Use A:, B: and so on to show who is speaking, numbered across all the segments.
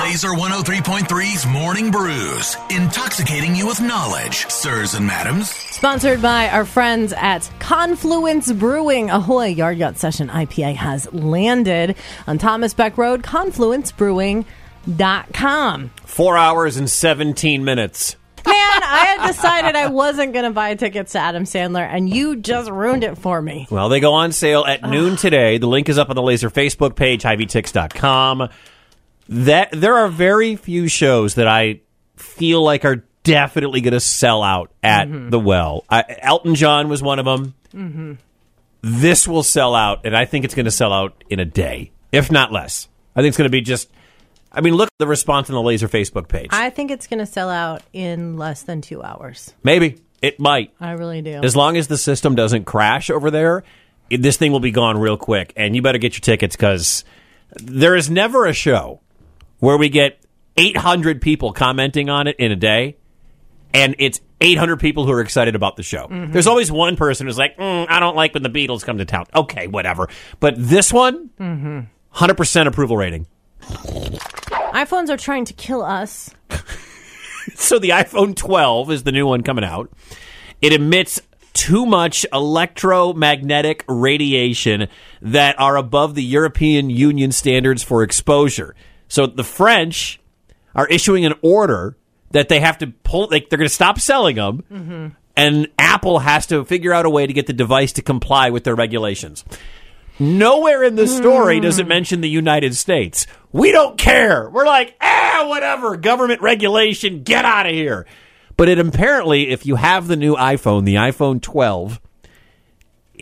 A: Laser 103.3's Morning Brews, intoxicating you with knowledge, sirs and madams.
B: Sponsored by our friends at Confluence Brewing. Ahoy! Yard Yacht Session IPA has landed on Thomas Beck Road, confluencebrewing.com.
C: Four hours and 17 minutes.
B: Man, I had decided I wasn't going to buy tickets to Adam Sandler, and you just ruined it for me.
C: Well, they go on sale at noon today. The link is up on the Laser Facebook page, HiveTix.com. That there are very few shows that I feel like are definitely going to sell out at the Well. I, Elton John was one of them. This will sell out, and I think it's going to sell out in a day, if not less. I think it's going to be just. I mean, look at the response on the Laser Facebook page.
B: I think it's going to sell out in less than two hours.
C: Maybe it might.
B: I really do.
C: As long as the system doesn't crash over there, it- this thing will be gone real quick. And you better get your tickets because there is never a show where we get 800 people commenting on it in a day. And it's 800 people who are excited about the show. There's always one person who's like, "Mm, I don't like when the Beatles come to town. Okay, whatever. But this one, 100% approval rating.
B: iPhones are trying to kill us.
C: So the iPhone 12 is the new one coming out. It emits too much electromagnetic radiation that are above the European Union standards for exposure. So the French are issuing an order that they have to pull like they're going to stop selling them. And Apple has to figure out a way to get the device to comply with their regulations. Nowhere in the story does
B: Hmm.
C: it mention the United States. We don't care. We're like, ah, whatever, government regulation, get out of here. But it apparently, if you have the new iPhone, the iPhone 12,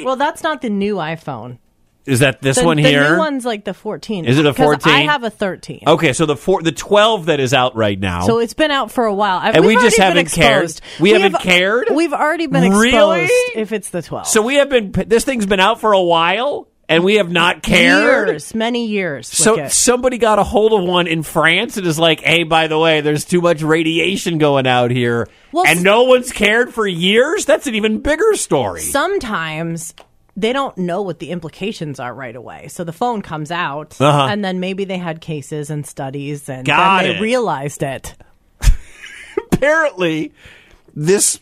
B: Well, that's not the new iPhone.
C: is that this
B: The,
C: one
B: the
C: here?
B: new one's like the 14.
C: Is it a
B: 'Cause I
C: 14?
B: have a 13.
C: Okay, so the four, the 12 that is out right now.
B: So it's been out for a while. I-
C: Oh. And
B: we've
C: we just
B: already been
C: haven't cared?
B: exposed.
C: We haven't cared?
B: We've already been exposed
C: Really?
B: if it's the 12.
C: so we have been this thing's been out for a while and we have not cared.
B: years, many years.
C: So
B: Wicket.
C: somebody got a hold of one in France and is like, "Hey, by the way, there's too much radiation going out here,"
B: Well,
C: and
B: s-
C: no one's cared for years. That's an even bigger story.
B: sometimes they don't know what the implications are right away. So the phone comes out,
C: Uh-huh.
B: and then maybe they had cases and studies, and
C: Got
B: then they
C: it.
B: realized it.
C: Apparently, this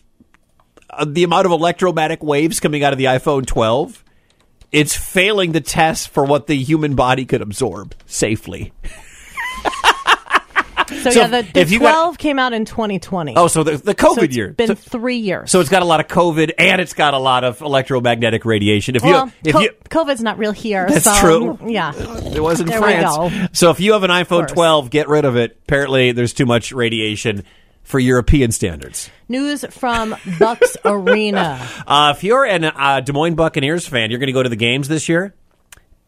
C: uh, the amount of electromagnetic waves coming out of the iPhone 12, it's failing the test for what the human body could absorb safely.
B: So,
C: So
B: yeah, the, the
C: if you got-
B: 12 came out in 2020.
C: Oh, so the, the COVID
B: so it's
C: year.
B: been
C: So-
B: three years.
C: so it's got a lot of COVID and it's got a lot of electromagnetic radiation. If
B: well,
C: you if
B: co-
C: you
B: COVID's not real here.
C: That's
B: so,
C: true.
B: Yeah.
C: It was in
B: There we
C: France.
B: go.
C: So if you have an iPhone
B: course.
C: 12, get rid of it. Apparently, there's too much radiation for European standards.
B: News from Bucks Arena.
C: Uh, if you're an uh, Des Moines Buccaneers fan, you're going to go to the games this year.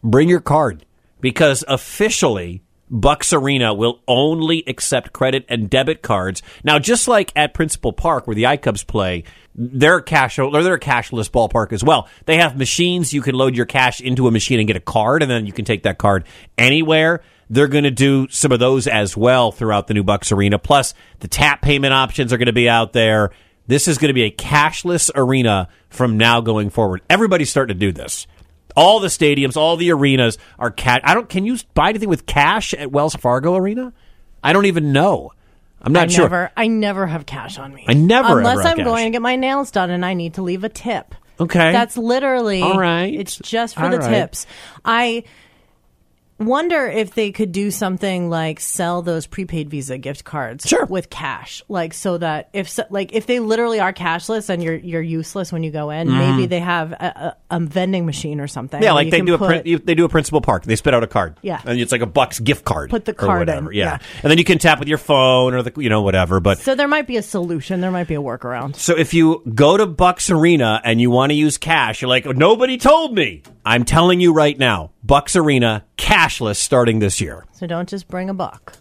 C: Bring your card because officially. Bucks Arena will only accept credit and debit cards. Now, just like at Principal Park where the iCubs play, they're a cash or they're a cashless ballpark as well. They have machines you can load your cash into a machine and get a card, and then you can take that card anywhere. They're going to do some of those as well throughout the new Bucks Arena. Plus, the tap payment options are going to be out there. This is going to be a cashless arena from now going forward. Everybody's starting to do this. All the stadiums, all the arenas are cash. I don't. Can you buy anything with cash at Wells Fargo Arena? I don't even know. I'm not
B: I
C: Uh, sure.
B: never, I never have cash on me.
C: I never ever
B: unless
C: have
B: I'm
C: cash.
B: going to get my nails done and I need to leave a tip.
C: Okay.
B: that's literally
C: All right.
B: It's just for
C: All
B: the
C: right.
B: tips. I wonder if they could do something like sell those prepaid Visa gift cards
C: Sure.
B: with cash, like so that if so, like if they literally are cashless and you're you're useless when you go in, maybe they have a, a, a vending machine or something.
C: Mm-hmm. yeah,
B: where
C: like
B: you
C: they
B: can
C: do a
B: put,
C: prin- you- they do a Principal Park. They spit out a card.
B: Yeah.
C: and it's like a Bucks gift card.
B: Put the
C: or
B: card in,
C: whatever. Yeah.
B: yeah.
C: and then you can tap with your phone or the you know whatever. But
B: So there might be a solution. There might be a workaround.
C: So if you go to Bucks Arena and you want to use cash, you're like, nobody told me. I'm telling you right now, Bucks Arena cashless starting this year
B: So don't just bring a buck.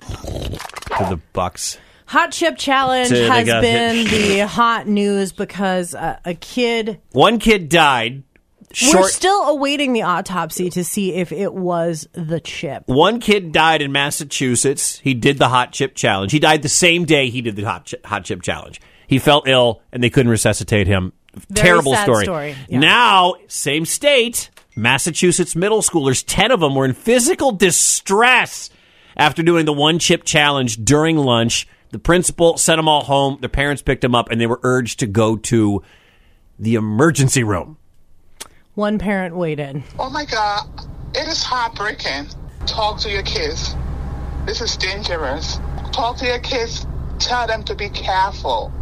C: to the Bucks.
B: Hot Chip Challenge
C: So they
B: has
C: got
B: been
C: hit.
B: the hot news because uh, a kid.
C: One kid died.
B: We're
C: Short.
B: still awaiting the autopsy to see if it was the chip.
C: one kid died in Massachusetts. He did the hot chip challenge. He died the same day he did the hot chip, hot chip challenge. He fell ill and they couldn't resuscitate him. Terrible
B: sad
C: story.
B: story, yeah.
C: Now, same state, Massachusetts middle schoolers, 10 of them were in physical distress After doing the one chip challenge during lunch, the principal sent them all home. Their parents picked them up, and they were urged to go to the emergency room.
B: One parent weighed in.
D: Oh my God, it is heartbreaking. Talk to your kids. This is dangerous. Talk to your kids. Tell them to be careful.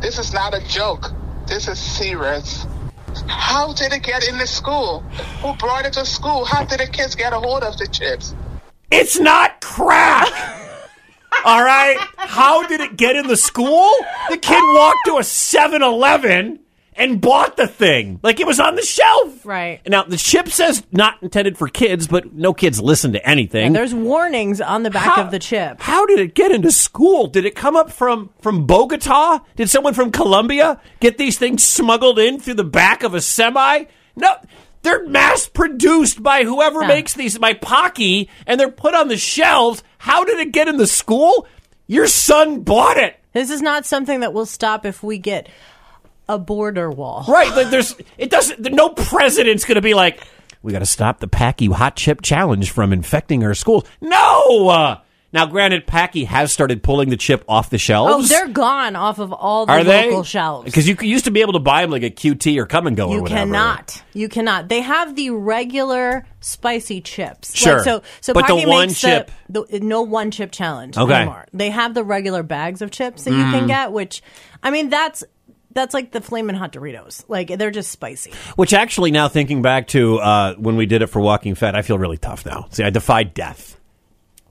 D: This is not a joke. This is serious. How did it get in the school? Who brought it to school? How did the kids get a hold of the chips?
C: It's not crack. All right. How did it get in the school? The kid walked to a 7 Eleven and bought the thing. Like it was on the shelf.
B: Right.
C: Now, the chip says not intended for kids, but no kids listen to anything.
B: And there's warnings on the back
C: How-
B: of the chip.
C: How did it get into school? Did it come up from from Bogota? Did someone from Colombia get these things smuggled in through the back of a semi? No, they're mass produced by whoever
B: Yeah.
C: makes these by Pocky, and they're put on the shelves. How did it get in the school? Your son bought it.
B: This is not something that will stop if we get a border wall.
C: Right. Like there's it doesn't no president's gonna be like, We gotta stop the Packy hot chip challenge from infecting our schools. No uh, now granted Packy has started pulling the chip off the
B: Oh,
C: shelves.
B: they're gone off of all the
C: are they
B: local shelves.
C: Because you c- used to be able to buy them like a QT or come and go or
B: You
C: whatever.
B: cannot. You cannot. They have the regular spicy chips.
C: Sure.
B: Like, so, so
C: But the
B: Pocky
C: one
B: makes
C: chip-
B: The, the- no one chip challenge
C: Okay. Mm.
B: anymore. They have the regular bags of chips that you can get, which, I mean, that's that's like the Flamin' Hot Doritos. Like they're just spicy.
C: Which actually now thinking back to uh, when we did it for Walking Fed, I feel really tough now. See, I defied death.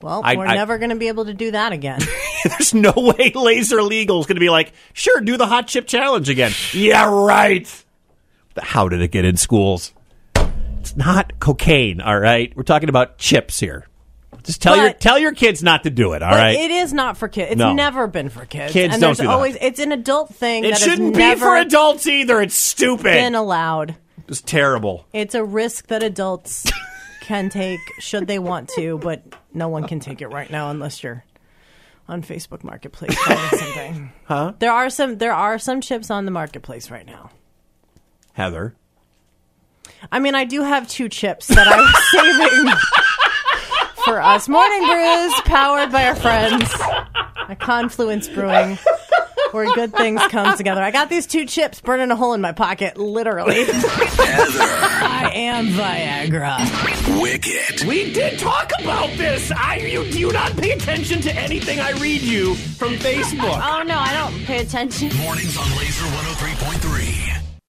B: Well,
C: I-
B: we're
C: I-
B: never going to be able to do that again.
C: There's no way Laser Legal is going to be like, sure, do the hot chip challenge again. yeah, right. How did it get in schools? It's not cocaine, all right. We're talking about chips here. Just tell your
B: But-
C: tell your kids not to do it, all
B: But
C: right.
B: it is not for kids. It's
C: No.
B: never been for kids.
C: Kids
B: and
C: don't
B: there's
C: do that.
B: always it's an adult thing
C: It
B: that
C: shouldn't
B: has
C: be
B: never
C: for adults either. It's stupid.
B: been allowed.
C: it's terrible.
B: It's a risk that adults can take should they want to, but no one can take it right now unless you're on Facebook Marketplace or something. Huh? There are some there are some chips on the marketplace right now.
C: Heather.
B: I mean, I do have two chips that I was saving for us. Morning Brews, powered by our friends at Confluence Brewing, where good things come together. I got these two chips burning a hole in my pocket, literally. I am Viagra.
A: Wicket.
C: We did talk about this. I you do you not pay attention to anything I read you from Facebook.
E: Oh no, I don't pay attention.
A: Mornings on Laser 103.3.